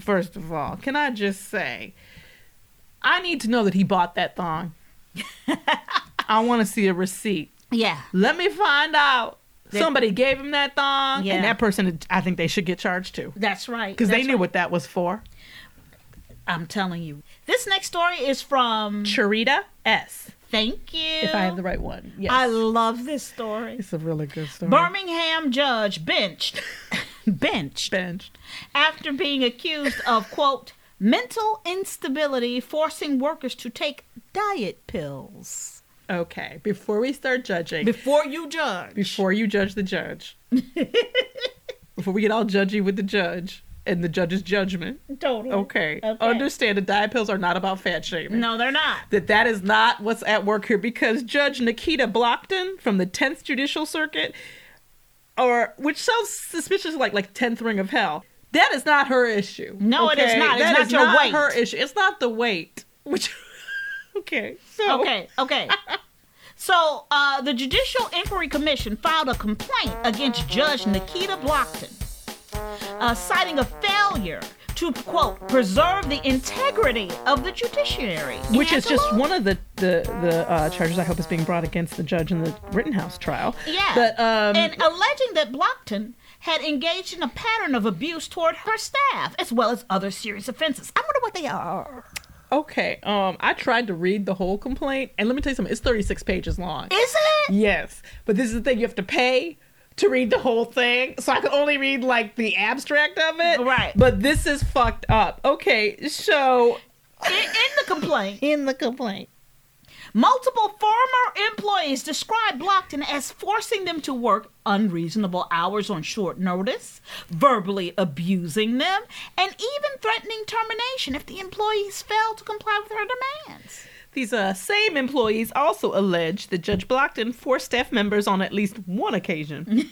[SPEAKER 2] first of all, can I just say, I need to know that he bought that thong. I want to see a receipt
[SPEAKER 3] yeah.
[SPEAKER 2] let me find out. Somebody gave him that thong,
[SPEAKER 3] Yeah.
[SPEAKER 2] and that person, I think they should get charged too,
[SPEAKER 3] That's right.
[SPEAKER 2] because they
[SPEAKER 3] That's
[SPEAKER 2] knew
[SPEAKER 3] right.
[SPEAKER 2] what that was for.
[SPEAKER 3] I'm telling you. This next story is from.
[SPEAKER 2] Charita S,
[SPEAKER 3] Thank you.
[SPEAKER 2] if I have the right one. Yes,
[SPEAKER 3] I love this story.
[SPEAKER 2] it's a really good story.
[SPEAKER 3] Birmingham judge benched, benched
[SPEAKER 2] Benched.
[SPEAKER 3] after being accused of quote mental instability, forcing workers to take diet pills.
[SPEAKER 2] Okay, before we start judging,
[SPEAKER 3] Before you judge,
[SPEAKER 2] before you judge the judge, before we get all judgy with the judge and the judge's judgment,
[SPEAKER 3] totally.
[SPEAKER 2] okay, understand that diet pills are not about fat shaming.
[SPEAKER 3] No, they're not.
[SPEAKER 2] that that is not what's at work here because Judge Nikita Blockton from the 10th Judicial Circuit, or which sounds suspicious like like 10th ring of hell, that is not her issue.
[SPEAKER 3] No, it is not. It's
[SPEAKER 2] That
[SPEAKER 3] not
[SPEAKER 2] is
[SPEAKER 3] your
[SPEAKER 2] not
[SPEAKER 3] weight.
[SPEAKER 2] her issue. It's not the weight. Which okay, so
[SPEAKER 3] Okay, okay. so uh, the Judicial Inquiry Commission filed a complaint against Judge Nikita Blockton, uh, citing a failure to quote preserve the integrity of the judiciary,
[SPEAKER 2] Which is
[SPEAKER 3] Angela?
[SPEAKER 2] just one of the the the uh, charges I hope is being brought against the judge in the Rittenhouse trial.
[SPEAKER 3] Yeah.
[SPEAKER 2] but um,
[SPEAKER 3] and alleging that Blockton had engaged in a pattern of abuse toward her staff, as well as other serious offenses. I wonder what they are.
[SPEAKER 2] okay, um, I tried to read the whole complaint, and let me tell you something. It's thirty six pages long.
[SPEAKER 3] Is it?
[SPEAKER 2] Yes, but this is the thing you have to pay to read the whole thing. So I could only read like the abstract of it.
[SPEAKER 3] Right.
[SPEAKER 2] But this is fucked up. Okay, so
[SPEAKER 3] In, in the complaint,
[SPEAKER 2] in the complaint.
[SPEAKER 3] Multiple former employees described Blockton as forcing them to work unreasonable hours on short notice, verbally abusing them, and even threatening termination if the employees failed to comply with her demands.
[SPEAKER 2] These uh, same employees also allege that Judge Blockton forced staff members on at least one occasion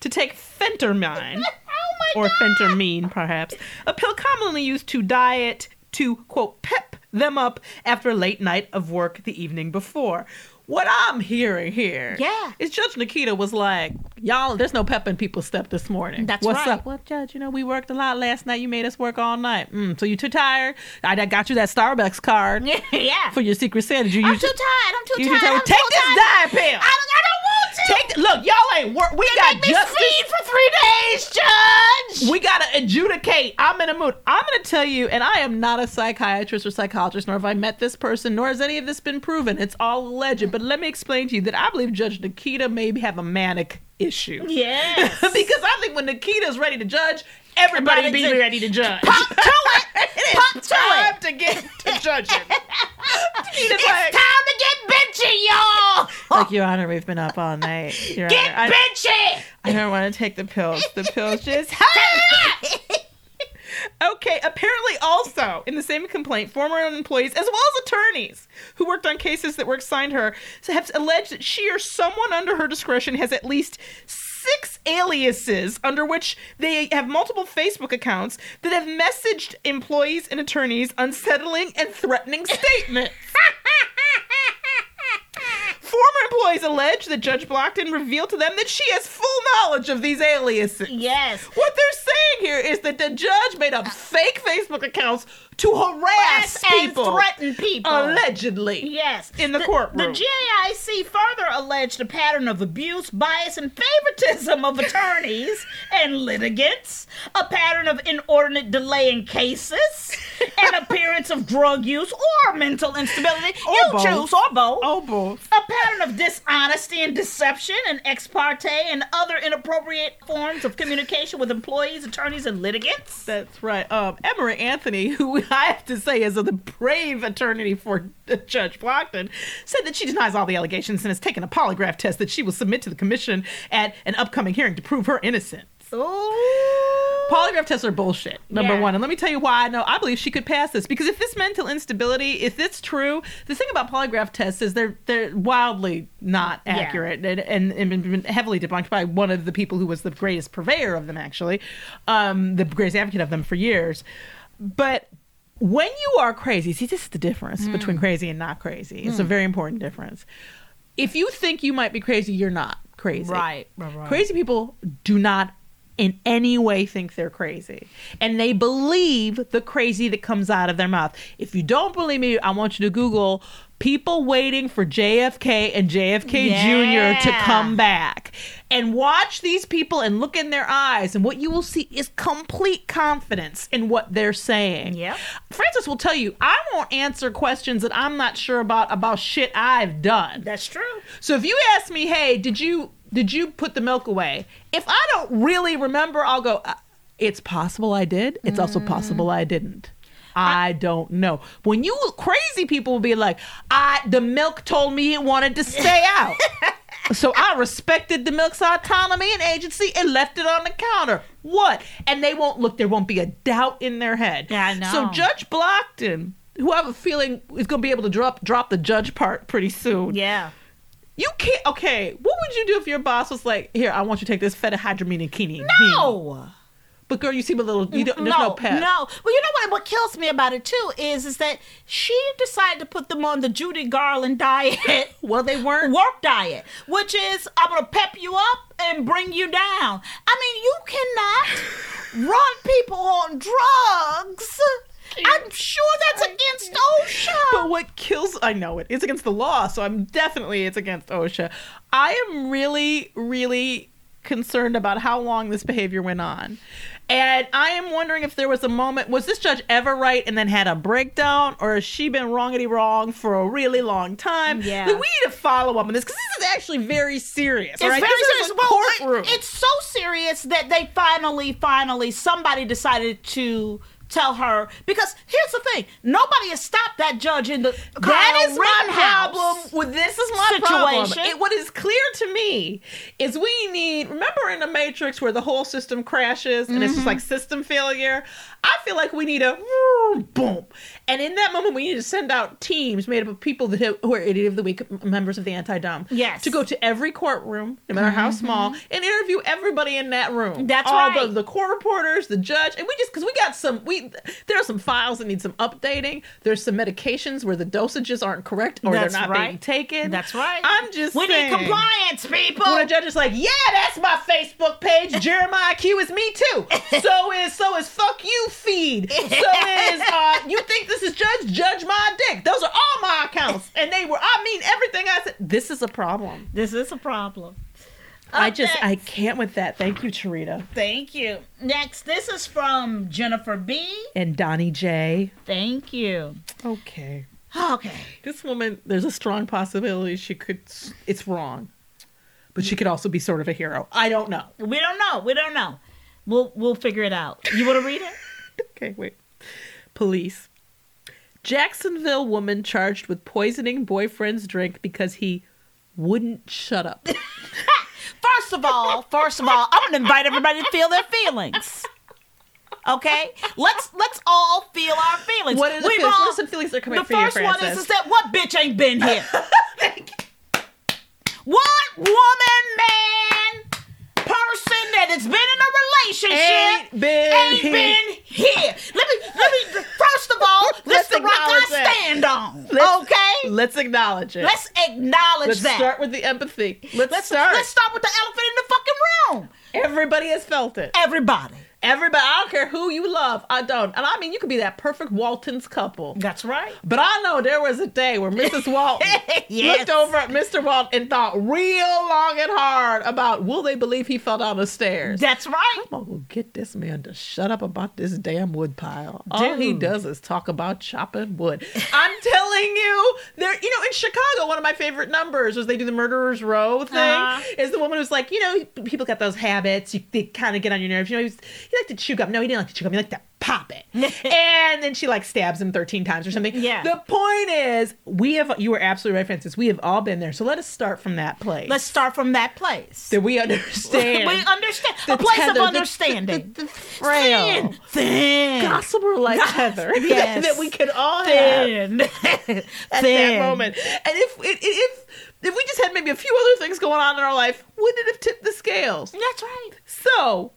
[SPEAKER 2] to take fentermine
[SPEAKER 3] Oh my
[SPEAKER 2] or
[SPEAKER 3] God.
[SPEAKER 2] fentermine, perhaps, a pill commonly used to diet to quote pep them up after a late night of work the evening before. What I'm hearing here
[SPEAKER 3] Yeah.
[SPEAKER 2] is Judge Nikita was like, y'all, there's no pep in people's step this morning.
[SPEAKER 3] That's
[SPEAKER 2] What's
[SPEAKER 3] right.
[SPEAKER 2] up? Well, Judge, you know, we worked a lot last night. You made us work all night. Mm, so you too tired? I I got you that Starbucks card
[SPEAKER 3] yeah.
[SPEAKER 2] for your Secret Santa. You,
[SPEAKER 3] I'm
[SPEAKER 2] you
[SPEAKER 3] too tired. I'm too
[SPEAKER 2] you
[SPEAKER 3] tired.
[SPEAKER 2] tell her,
[SPEAKER 3] I'm
[SPEAKER 2] take
[SPEAKER 3] too
[SPEAKER 2] this
[SPEAKER 3] tired.
[SPEAKER 2] diet pill.
[SPEAKER 3] I don't, I don't want to.
[SPEAKER 2] Take th- look, y'all ain't work. We
[SPEAKER 3] They
[SPEAKER 2] got
[SPEAKER 3] make me
[SPEAKER 2] justice.
[SPEAKER 3] feed for three days, Judge.
[SPEAKER 2] We gotta adjudicate. I'm in a mood. I'm gonna tell you, and I am not a psychiatrist or psychologist, nor have I met this person, nor has any of this been proven. It's all alleged. But let me explain to you that I believe Judge Nikita may have a manic issue.
[SPEAKER 3] yes.
[SPEAKER 2] because I think when Nikita's ready to judge, everybody
[SPEAKER 3] Everybody
[SPEAKER 2] be
[SPEAKER 3] ju-
[SPEAKER 2] ready to judge.
[SPEAKER 3] Pop to it.
[SPEAKER 2] it
[SPEAKER 3] Pop
[SPEAKER 2] is
[SPEAKER 3] to
[SPEAKER 2] time
[SPEAKER 3] it.
[SPEAKER 2] to get to judging. Nikita's
[SPEAKER 3] It's
[SPEAKER 2] like,
[SPEAKER 3] time to get bitchy, y'all.
[SPEAKER 2] like, Your Honor, we've been up all night. Your
[SPEAKER 3] Get
[SPEAKER 2] Honor, I,
[SPEAKER 3] bitchy.
[SPEAKER 2] I don't want to take the pills. The pills just Okay, apparently also in the same complaint, former employees as well as attorneys who worked on cases that were assigned her have alleged that she or someone under her discretion has at least six aliases under which they have multiple Facebook accounts that have messaged employees and attorneys unsettling and threatening statements. Former employees allege that Judge Blockton revealed to them that she has full knowledge of these aliases.
[SPEAKER 3] Yes.
[SPEAKER 2] What they're saying here is that the judge made up fake Facebook accounts to harass
[SPEAKER 3] and
[SPEAKER 2] people,
[SPEAKER 3] threaten people.
[SPEAKER 2] allegedly.
[SPEAKER 3] Yes.
[SPEAKER 2] in the,
[SPEAKER 3] The
[SPEAKER 2] courtroom.
[SPEAKER 3] GAIC further alleged a pattern of abuse, bias, and favoritism of attorneys and litigants, a pattern of inordinate delay in cases, an appearance of drug use or mental instability.
[SPEAKER 2] Or
[SPEAKER 3] you
[SPEAKER 2] both.
[SPEAKER 3] choose, or both.
[SPEAKER 2] Oh, boy.
[SPEAKER 3] A pattern of dishonesty and deception and ex parte and other inappropriate forms of communication with employees, attorneys, and litigants.
[SPEAKER 2] That's right. Um, Emery Anthony, who I have to say is a brave attorney for Judge Blockton, said that she denies all the allegations and has taken a polygraph test that she will submit to the commission at an upcoming hearing to prove her innocence.
[SPEAKER 3] Ooh.
[SPEAKER 2] Polygraph tests are bullshit, number
[SPEAKER 3] Yeah.
[SPEAKER 2] one. And let me tell you why I know I believe she could pass this. Because if this mental instability, if it's true, the thing about polygraph tests is they're they're wildly not
[SPEAKER 3] Yeah.
[SPEAKER 2] accurate and, and, and been heavily debunked by one of the people who was the greatest purveyor of them, actually, um, the greatest advocate of them for years. But when you are crazy, see, this is the difference between crazy and not crazy. It's a very important difference. If you think you might be crazy, you're not crazy.
[SPEAKER 3] Right, right, right.
[SPEAKER 2] Crazy people do not in any way think they're crazy. And they believe the crazy that comes out of their mouth. If you don't believe me, I want you to Google people waiting for JFK and JFK Jr. to
[SPEAKER 3] Yeah.
[SPEAKER 2] come back and watch these people and look in their eyes. And what you will see is complete confidence in what they're saying.
[SPEAKER 3] Yep.
[SPEAKER 2] Francis will tell you, I won't answer questions that I'm not sure about about shit I've done.
[SPEAKER 3] That's true.
[SPEAKER 2] So if you ask me, hey, did you did you put the milk away? If I don't really remember, I'll go. "Uh, It's possible I did. It's also possible I didn't. I don't know. When you crazy people will be like, I the milk told me it wanted to stay out. So I respected the milk's autonomy and agency and left it on the counter. What? And they won't look. There won't be a doubt in their head.
[SPEAKER 3] Yeah, I know.
[SPEAKER 2] So Judge Blockton, who I have a feeling is going to be able to drop drop the judge part pretty soon.
[SPEAKER 3] Yeah.
[SPEAKER 2] You can't. Okay, what would you do if your boss was like, "Here, I want you to take this fetahydramine No,
[SPEAKER 3] No.
[SPEAKER 2] but girl, you seem a little. You don't, there's no, pep.
[SPEAKER 3] no. Well, you know what? What kills me about it too is, is that she decided to put them on the Judy Garland diet,
[SPEAKER 2] Well, they weren't.
[SPEAKER 3] work diet, which is I'm gonna pep you up and bring you down. I mean, you cannot run people on drugs. I'm sure that's against
[SPEAKER 2] But
[SPEAKER 3] OSHA.
[SPEAKER 2] what kills? I know it. It's against the law, so I'm definitely it's against OSHA. I am really, really concerned about how long this behavior went on, and I am wondering if there was a moment. Was this judge ever right and then had a breakdown, or has she been wrongity wrong for a really long time?
[SPEAKER 3] Yeah.
[SPEAKER 2] Like, we need to follow up on this because this is actually very serious.
[SPEAKER 3] It's very serious. Well, it-
[SPEAKER 2] courtroom.
[SPEAKER 3] it's so serious that they finally, finally, somebody decided to tell her because here's the thing: nobody has stopped that judge in the
[SPEAKER 2] That
[SPEAKER 3] Kyle
[SPEAKER 2] is my
[SPEAKER 3] Rittenhouse.
[SPEAKER 2] problem. With this is my problem.
[SPEAKER 3] situation.
[SPEAKER 2] It, what is clear to me is we need. Remember in the Matrix where the whole system crashes and it's just like system failure. I feel like we need a boom, and in that moment we need to send out teams made up of people that have, who are idiot of the week members of the anti-dom.
[SPEAKER 3] Yes.
[SPEAKER 2] to go to every courtroom, no matter how small, and interview everybody in that room.
[SPEAKER 3] That's
[SPEAKER 2] All
[SPEAKER 3] right.
[SPEAKER 2] The, the court reporters, the judge, and we just because we got some we there are some files that need some updating. There's some medications where the dosages aren't correct or
[SPEAKER 3] That's
[SPEAKER 2] they're not being
[SPEAKER 3] right.
[SPEAKER 2] taken.
[SPEAKER 3] That's right.
[SPEAKER 2] I'm just
[SPEAKER 3] we
[SPEAKER 2] saying,
[SPEAKER 3] need compliance, people.
[SPEAKER 2] When a judge is like, yeah, that's my Facebook page. Jeremiah Q is me too. So is so is fuck you feed. So is uh, you think this is judge judge my dick. Those are all my accounts, and they were. I mean everything I said. This is a problem.
[SPEAKER 3] This is a problem.
[SPEAKER 2] I
[SPEAKER 3] Up
[SPEAKER 2] just
[SPEAKER 3] next-
[SPEAKER 2] I can't with that. Thank you, Charita
[SPEAKER 3] thank you. Next, this is from Jennifer B.
[SPEAKER 2] and Donnie J.
[SPEAKER 3] Thank you.
[SPEAKER 2] Okay.
[SPEAKER 3] Okay.
[SPEAKER 2] this woman there's a strong possibility she could it's wrong but she could also be sort of a hero i don't know
[SPEAKER 3] We don't know. We don't know. We'll we'll figure it out. You want to read it?
[SPEAKER 2] okay wait police jacksonville woman charged with poisoning boyfriend's drink because he wouldn't shut up
[SPEAKER 3] First of all, first of all, I'm gonna invite everybody to feel their feelings. Okay, let's let's all feel our feelings.
[SPEAKER 2] what are the
[SPEAKER 3] We've
[SPEAKER 2] feelings
[SPEAKER 3] all-
[SPEAKER 2] what are some feelings that are coming
[SPEAKER 3] the
[SPEAKER 2] for you,
[SPEAKER 3] first one is,
[SPEAKER 2] Frances?
[SPEAKER 3] is that what bitch ain't been here? What woman, man, person that has been in a relationship
[SPEAKER 2] Ain't been
[SPEAKER 3] ain't
[SPEAKER 2] here.
[SPEAKER 3] been here? Let me let me first of all,
[SPEAKER 2] Let's
[SPEAKER 3] let's the rock I
[SPEAKER 2] acknowledge that.
[SPEAKER 3] stand on.
[SPEAKER 2] Let's-
[SPEAKER 3] okay,
[SPEAKER 2] let's acknowledge it
[SPEAKER 3] let's acknowledge
[SPEAKER 2] Let's
[SPEAKER 3] that.
[SPEAKER 2] start with the empathy let's,
[SPEAKER 3] let's
[SPEAKER 2] start
[SPEAKER 3] let's start with the elephant in the fucking room.
[SPEAKER 2] everybody has felt it
[SPEAKER 3] Everybody.
[SPEAKER 2] Everybody, I don't care who you love. I don't. And I mean, you could be that perfect Walton's couple.
[SPEAKER 3] That's right.
[SPEAKER 2] But I know there was a day where Mrs. Walton
[SPEAKER 3] Yes.
[SPEAKER 2] looked over at Mr. Walton and thought real long and hard about will they believe he fell down the stairs?
[SPEAKER 3] That's right.
[SPEAKER 2] I'm gonna get this man to shut up about this damn wood pile. All he
[SPEAKER 3] Dude.
[SPEAKER 2] does is talk about chopping wood. I'm telling you, there. You know, in Chicago, one of my favorite numbers was they do the murderers row thing.
[SPEAKER 3] Uh-huh.
[SPEAKER 2] Is the woman who's like, you know, people got those habits. You, they kind of get on your nerves. You know, he, was, he liked to chew gum. No, he didn't like to chew gum. He liked to pop it. and then she like stabs him 13 times or something.
[SPEAKER 3] Yeah.
[SPEAKER 2] The point is, we have. You were absolutely right, Francis. We have all been there. So let us start from that place.
[SPEAKER 3] Let's start from that place.
[SPEAKER 2] that we understand.
[SPEAKER 3] We understand
[SPEAKER 2] the
[SPEAKER 3] a place
[SPEAKER 2] tether, the-
[SPEAKER 3] of
[SPEAKER 2] the-
[SPEAKER 3] understanding.
[SPEAKER 2] the- the frail.
[SPEAKER 3] Thin, thin,
[SPEAKER 2] Possible like Heather
[SPEAKER 3] Yes.
[SPEAKER 2] that we could all have
[SPEAKER 3] thin,
[SPEAKER 2] at
[SPEAKER 3] Thin.
[SPEAKER 2] that moment. And if if if if we just had maybe a few other things going on in our life, wouldn't it have tipped the scales?
[SPEAKER 3] That's right.
[SPEAKER 2] So,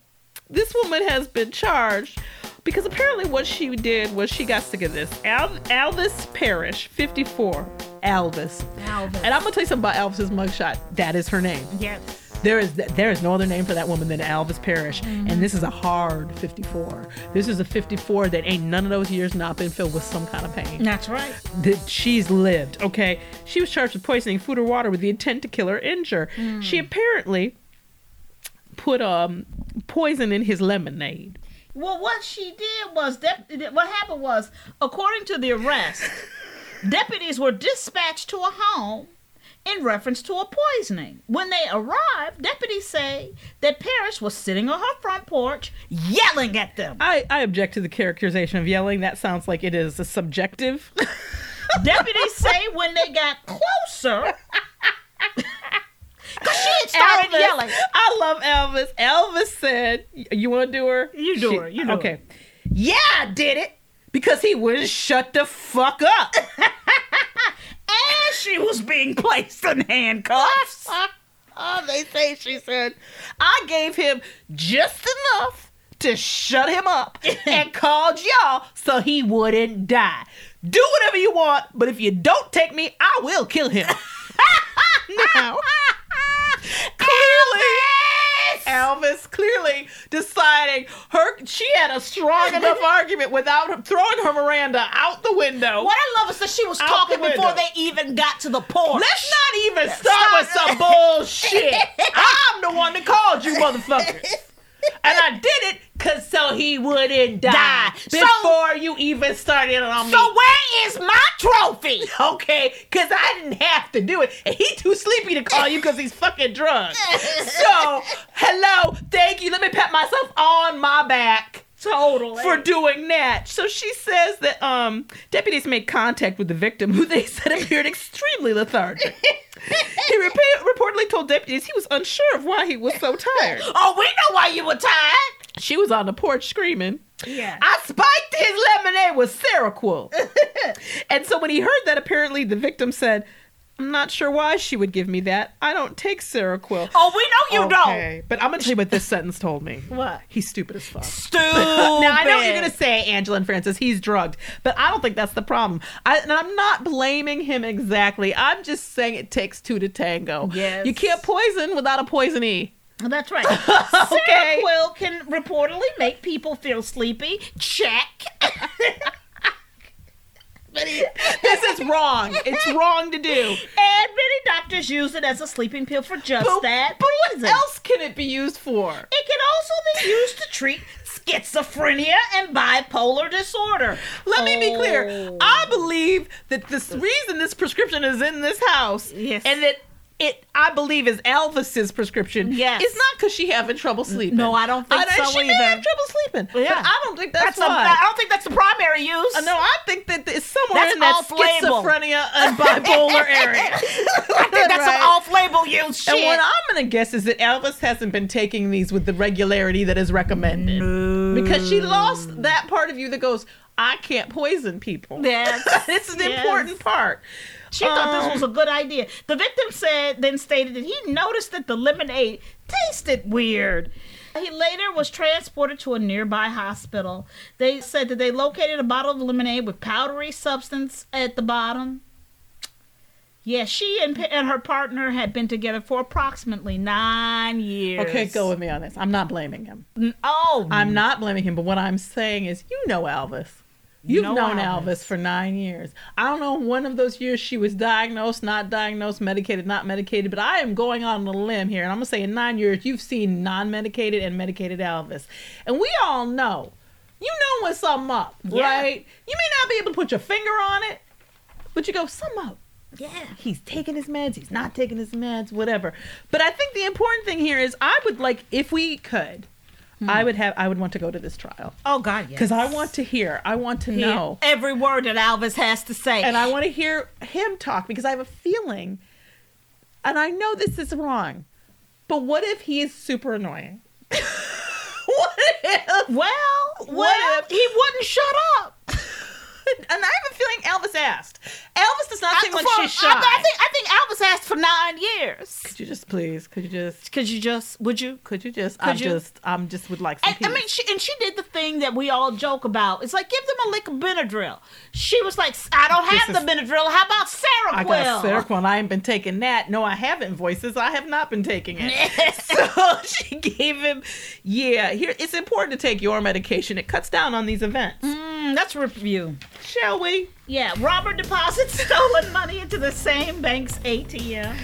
[SPEAKER 2] this woman has been charged because apparently what she did was she got sick of this. Al- Alvis Parrish, 54. Alvis.
[SPEAKER 3] Alvis.
[SPEAKER 2] And I'm gonna tell you something about Alvis's mugshot. That is her name.
[SPEAKER 3] Yes.
[SPEAKER 2] There is there is no other name for that woman than Alvis Parrish, and this is a hard 54. This is a 54 that ain't none of those years not been filled with some kind of pain.
[SPEAKER 3] That's right.
[SPEAKER 2] That she's lived. Okay, she was charged with poisoning food or water with the intent to kill or injure. She apparently put um poison in his lemonade.
[SPEAKER 3] Well, what she did was dep- what happened was, according to the arrest, deputies were dispatched to a home in reference to a poisoning. When they arrived, deputies say that Parrish was sitting on her front porch yelling at them.
[SPEAKER 2] I I object to the characterization of yelling. That sounds like it is a subjective.
[SPEAKER 3] deputies say when they got closer, because she had started
[SPEAKER 2] Elvis.
[SPEAKER 3] yelling.
[SPEAKER 2] I love Elvis. Elvis said, y- "You want to do her?
[SPEAKER 3] You do her. You do her.
[SPEAKER 2] okay. Yeah, I did it because he wouldn't shut the fuck up.
[SPEAKER 3] And she was being placed in handcuffs.
[SPEAKER 2] oh, they say she said I gave him just enough to shut him up and called y'all so he wouldn't die. Do whatever you want, but if you don't take me, I will kill him. now, clearly. Elvis clearly deciding her she had a strong enough argument without throwing her Miranda out the window.
[SPEAKER 3] What I love is that she was
[SPEAKER 2] Out
[SPEAKER 3] talking
[SPEAKER 2] the
[SPEAKER 3] before
[SPEAKER 2] window.
[SPEAKER 3] they even got to the porch.
[SPEAKER 2] Let's not even start with some bullshit. I'm the one that called you, motherfuckers. And I did it cause so he wouldn't die,
[SPEAKER 3] Die. So-
[SPEAKER 2] before you even started on
[SPEAKER 3] So
[SPEAKER 2] me.
[SPEAKER 3] where is my trophy?
[SPEAKER 2] Okay, cause I didn't have to do it, and he too sleepy to call you cause he's fucking drunk. So, hello, thank you. Let me pat myself on my back.
[SPEAKER 3] Totally.
[SPEAKER 2] for doing that. So she says that um, deputies made contact with the victim, who they said appeared extremely lethargic. he rep- reportedly told deputies he was unsure of why he was so tired.
[SPEAKER 3] oh, we know why you were tired.
[SPEAKER 2] She was on the porch screaming.
[SPEAKER 3] Yeah.
[SPEAKER 2] I spiked his lemonade with Seroquel. and so when he heard that, apparently the victim said, I'm not sure why she would give me that. I don't take Seroquel.
[SPEAKER 3] oh, we know you
[SPEAKER 2] Okay, But I'm going to tell you what this sentence told me.
[SPEAKER 3] What?
[SPEAKER 2] He's stupid as fuck.
[SPEAKER 3] don't. Stupid.
[SPEAKER 2] Now I know what you're gonna say, Angela and Francis, he's drugged, but I don't think that's the problem. I, and I'm not blaming him exactly. I'm just saying it takes two to tango.
[SPEAKER 3] Yes.
[SPEAKER 2] you can't poison without a poisonee.
[SPEAKER 3] That's right.
[SPEAKER 2] Okay.
[SPEAKER 3] Seroquel can reportedly make people feel sleepy. Check.
[SPEAKER 2] this is wrong. It's wrong to do.
[SPEAKER 3] And many doctors use it as a sleeping pill for just
[SPEAKER 2] But,
[SPEAKER 3] that
[SPEAKER 2] but what
[SPEAKER 3] reason.
[SPEAKER 2] else can it be used for?
[SPEAKER 3] It can also be used to treat schizophrenia and bipolar disorder.
[SPEAKER 2] Let me be clear.
[SPEAKER 3] Oh.
[SPEAKER 2] I believe that this reason this prescription is in this house,
[SPEAKER 3] Yes.
[SPEAKER 2] and that it I believe is Elvis's prescription.
[SPEAKER 3] Yes.
[SPEAKER 2] It's not because she having trouble sleeping.
[SPEAKER 3] no, I don't think so
[SPEAKER 2] she may
[SPEAKER 3] either.
[SPEAKER 2] have trouble sleeping,
[SPEAKER 3] Yeah.
[SPEAKER 2] but I don't think that's,
[SPEAKER 3] I
[SPEAKER 2] why.
[SPEAKER 3] I don't think that's the primary use.
[SPEAKER 2] Uh, No, I think that it's somewhere
[SPEAKER 3] That's
[SPEAKER 2] in that
[SPEAKER 3] off-label.
[SPEAKER 2] schizophrenia and bipolar area.
[SPEAKER 3] I think that's
[SPEAKER 2] Right.
[SPEAKER 3] some off-label use shit.
[SPEAKER 2] And what I'm gonna guess is that Elvis hasn't been taking these with the regularity that is recommended because she lost that part of you that goes, "I can't poison people."
[SPEAKER 3] Yes.
[SPEAKER 2] This is an
[SPEAKER 3] Yes.
[SPEAKER 2] important part.
[SPEAKER 3] She thought this was a
[SPEAKER 2] Um,
[SPEAKER 3] good idea. The victim said, then stated that he noticed that the lemonade tasted weird. He later was transported to a nearby hospital. They said that they located a bottle of lemonade with powdery substance at the bottom. Yeah, she and, and her partner had been together for approximately nine years.
[SPEAKER 2] Okay, go with me on this. I'm not blaming him.
[SPEAKER 3] Oh,
[SPEAKER 2] I'm not blaming him, but what I'm saying is, you know Elvis. You've
[SPEAKER 3] know
[SPEAKER 2] known
[SPEAKER 3] Elvis.
[SPEAKER 2] Elvis. for nine years. I don't know one of those years she was diagnosed, not diagnosed, medicated, not medicated, but I am going on a limb here, and I'm gonna say in nine years you've seen non-medicated and medicated Elvis, and we all know, you know when something up,
[SPEAKER 3] Yeah.
[SPEAKER 2] right? You may not be able to put your finger on it, but you go something up
[SPEAKER 3] yeah.
[SPEAKER 2] he's taking his meds, he's not taking his meds, whatever. But I think the important thing here is I would like if we could,
[SPEAKER 3] Hmm.
[SPEAKER 2] I would have I would want to go to this trial
[SPEAKER 3] Oh God, yes.
[SPEAKER 2] cuz I want to hear, I want to
[SPEAKER 3] Yeah.
[SPEAKER 2] know.
[SPEAKER 3] every word that Alvis has to say.
[SPEAKER 2] And I want to hear him talk because I have a feeling and I know this is wrong. But what if he is super annoying? what if?
[SPEAKER 3] well, well,
[SPEAKER 2] if-
[SPEAKER 3] he wouldn't shut up.
[SPEAKER 2] And I have a feeling Elvis asked. Elvis does not seem like
[SPEAKER 3] For-
[SPEAKER 2] she's shy.
[SPEAKER 3] I, I think I think Alvis asked for nine years.
[SPEAKER 2] could you just please? Could you just?
[SPEAKER 3] Could you just? Would you?
[SPEAKER 2] Could you just? I'm
[SPEAKER 3] you-
[SPEAKER 2] just. I'm just would like some
[SPEAKER 3] And, I
[SPEAKER 2] peace.
[SPEAKER 3] mean, she and she did the thing that we all joke about. It's like give them a lick of Benadryl. She was like, I don't have
[SPEAKER 2] This
[SPEAKER 3] the Benadryl. How about Seroquel?
[SPEAKER 2] I got Seroquel. I ain't been taking that. No, I haven't. Voices. I have not been taking it. so she gave him. Yeah, here it's important to take your medication. It cuts down on these events.
[SPEAKER 3] Mm, That's review.
[SPEAKER 2] Shall we?
[SPEAKER 3] Yeah, Robert deposits stolen money into the same bank's ATM.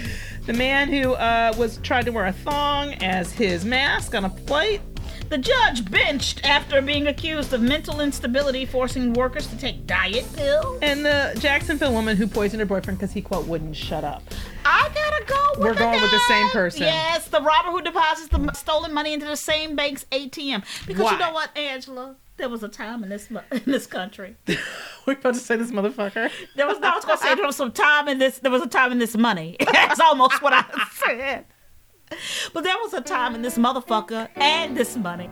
[SPEAKER 2] The man who uh, was tried to wear a thong as his mask on a plate.
[SPEAKER 3] The judge benched after being accused of mental instability, forcing workers to take diet pills.
[SPEAKER 2] And the Jacksonville woman who poisoned her boyfriend because he, quote, wouldn't shut up.
[SPEAKER 3] I gotta go with
[SPEAKER 2] We're
[SPEAKER 3] the
[SPEAKER 2] going with the same
[SPEAKER 3] guy.
[SPEAKER 2] person.
[SPEAKER 3] Yes, the robber who deposits the m- stolen money into the same bank's ATM. Because
[SPEAKER 2] Why?
[SPEAKER 3] you know what, Angela? There was a time in this mo- in this country.
[SPEAKER 2] We're about to say this motherfucker.
[SPEAKER 3] There was no, I was gonna say there was some time in this. There was a time in this money. That's almost what I said. But there was a time in this motherfucker and this money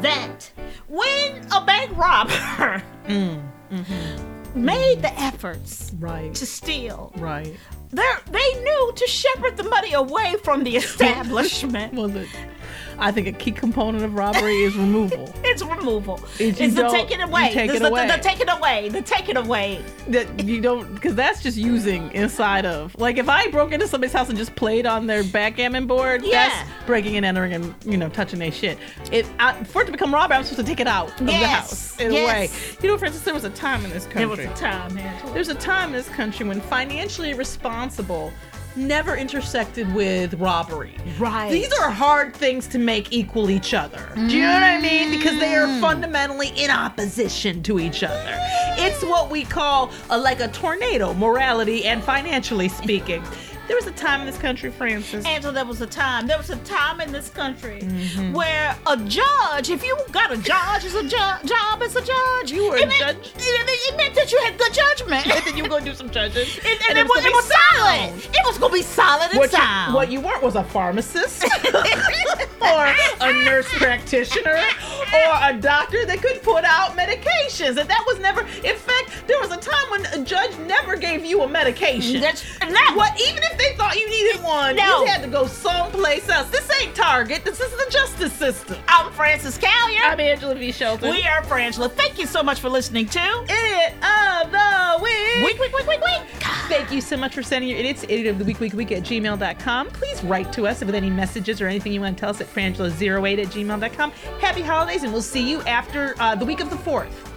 [SPEAKER 3] that when a bank robber
[SPEAKER 2] Mm, mm-hmm.
[SPEAKER 3] made the efforts
[SPEAKER 2] Right.
[SPEAKER 3] to steal,
[SPEAKER 2] right.
[SPEAKER 3] they're- they knew to shepherd the money away from the establishment.
[SPEAKER 2] Was it? I think a key component of robbery is removal.
[SPEAKER 3] It's removal.
[SPEAKER 2] If you
[SPEAKER 3] It's the
[SPEAKER 2] don't,
[SPEAKER 3] taking
[SPEAKER 2] you
[SPEAKER 3] away.
[SPEAKER 2] take
[SPEAKER 3] It's
[SPEAKER 2] it
[SPEAKER 3] the,
[SPEAKER 2] away.
[SPEAKER 3] The, the taking away. The taking away.
[SPEAKER 2] that you don't because that's just using inside of like if i broke into somebody's house and just played on their backgammon board
[SPEAKER 3] Yeah.
[SPEAKER 2] that's breaking and entering and you know touching their shit if I, for it to become robbery i'm supposed to take it out of the
[SPEAKER 3] Yes,
[SPEAKER 2] house in
[SPEAKER 3] yes.
[SPEAKER 2] a way you know for instance there was a time in this
[SPEAKER 3] There was a
[SPEAKER 2] country
[SPEAKER 3] time, Angela.
[SPEAKER 2] there's a time in this country when financially responsible never intersected with robbery
[SPEAKER 3] Right.
[SPEAKER 2] these are hard things to make equal each other. Do you know what I mean? Because they are fundamentally in opposition to each other. It's what we call a, like a tornado, morality and financially speaking. There was a time in this country, Francis.
[SPEAKER 3] Angela, there was a time. There was a time in this country
[SPEAKER 2] Mm-hmm.
[SPEAKER 3] where a judge, if you got a judge as a ju- job as a judge,
[SPEAKER 2] You were
[SPEAKER 3] it
[SPEAKER 2] a
[SPEAKER 3] meant,
[SPEAKER 2] judge?
[SPEAKER 3] It, it meant that you had good judgment.
[SPEAKER 2] And then you were going to do some judging.
[SPEAKER 3] and,
[SPEAKER 2] and
[SPEAKER 3] and
[SPEAKER 2] it
[SPEAKER 3] it, was,
[SPEAKER 2] was gonna
[SPEAKER 3] it
[SPEAKER 2] be
[SPEAKER 3] was solid.
[SPEAKER 2] sound.
[SPEAKER 3] It was gonna be solid and
[SPEAKER 2] What you,
[SPEAKER 3] sound.
[SPEAKER 2] what you weren't was a pharmacist or a nurse practitioner or a doctor that could put out medications. And that was never, in fact, there was a time when a judge never gave you a medication.
[SPEAKER 3] That's- no.
[SPEAKER 2] What, even if they thought you needed one,
[SPEAKER 3] No.
[SPEAKER 2] you had to go someplace else. This ain't Target, this is the justice system.
[SPEAKER 3] I'm Francis Callier.
[SPEAKER 2] I'm Angela V. Shelton.
[SPEAKER 3] we are Frangela. Thank you so much for listening to
[SPEAKER 2] Idiot of the week.
[SPEAKER 3] Week, Week, Week, Week, Week.
[SPEAKER 2] Thank you so much for sending your idiots, idiot of the week, week, week at gmail.com. Please write to us with any messages or anything you want to tell us at frangela08 at gmail.com. Happy holidays, and we'll see you after uh, the week of the 4th.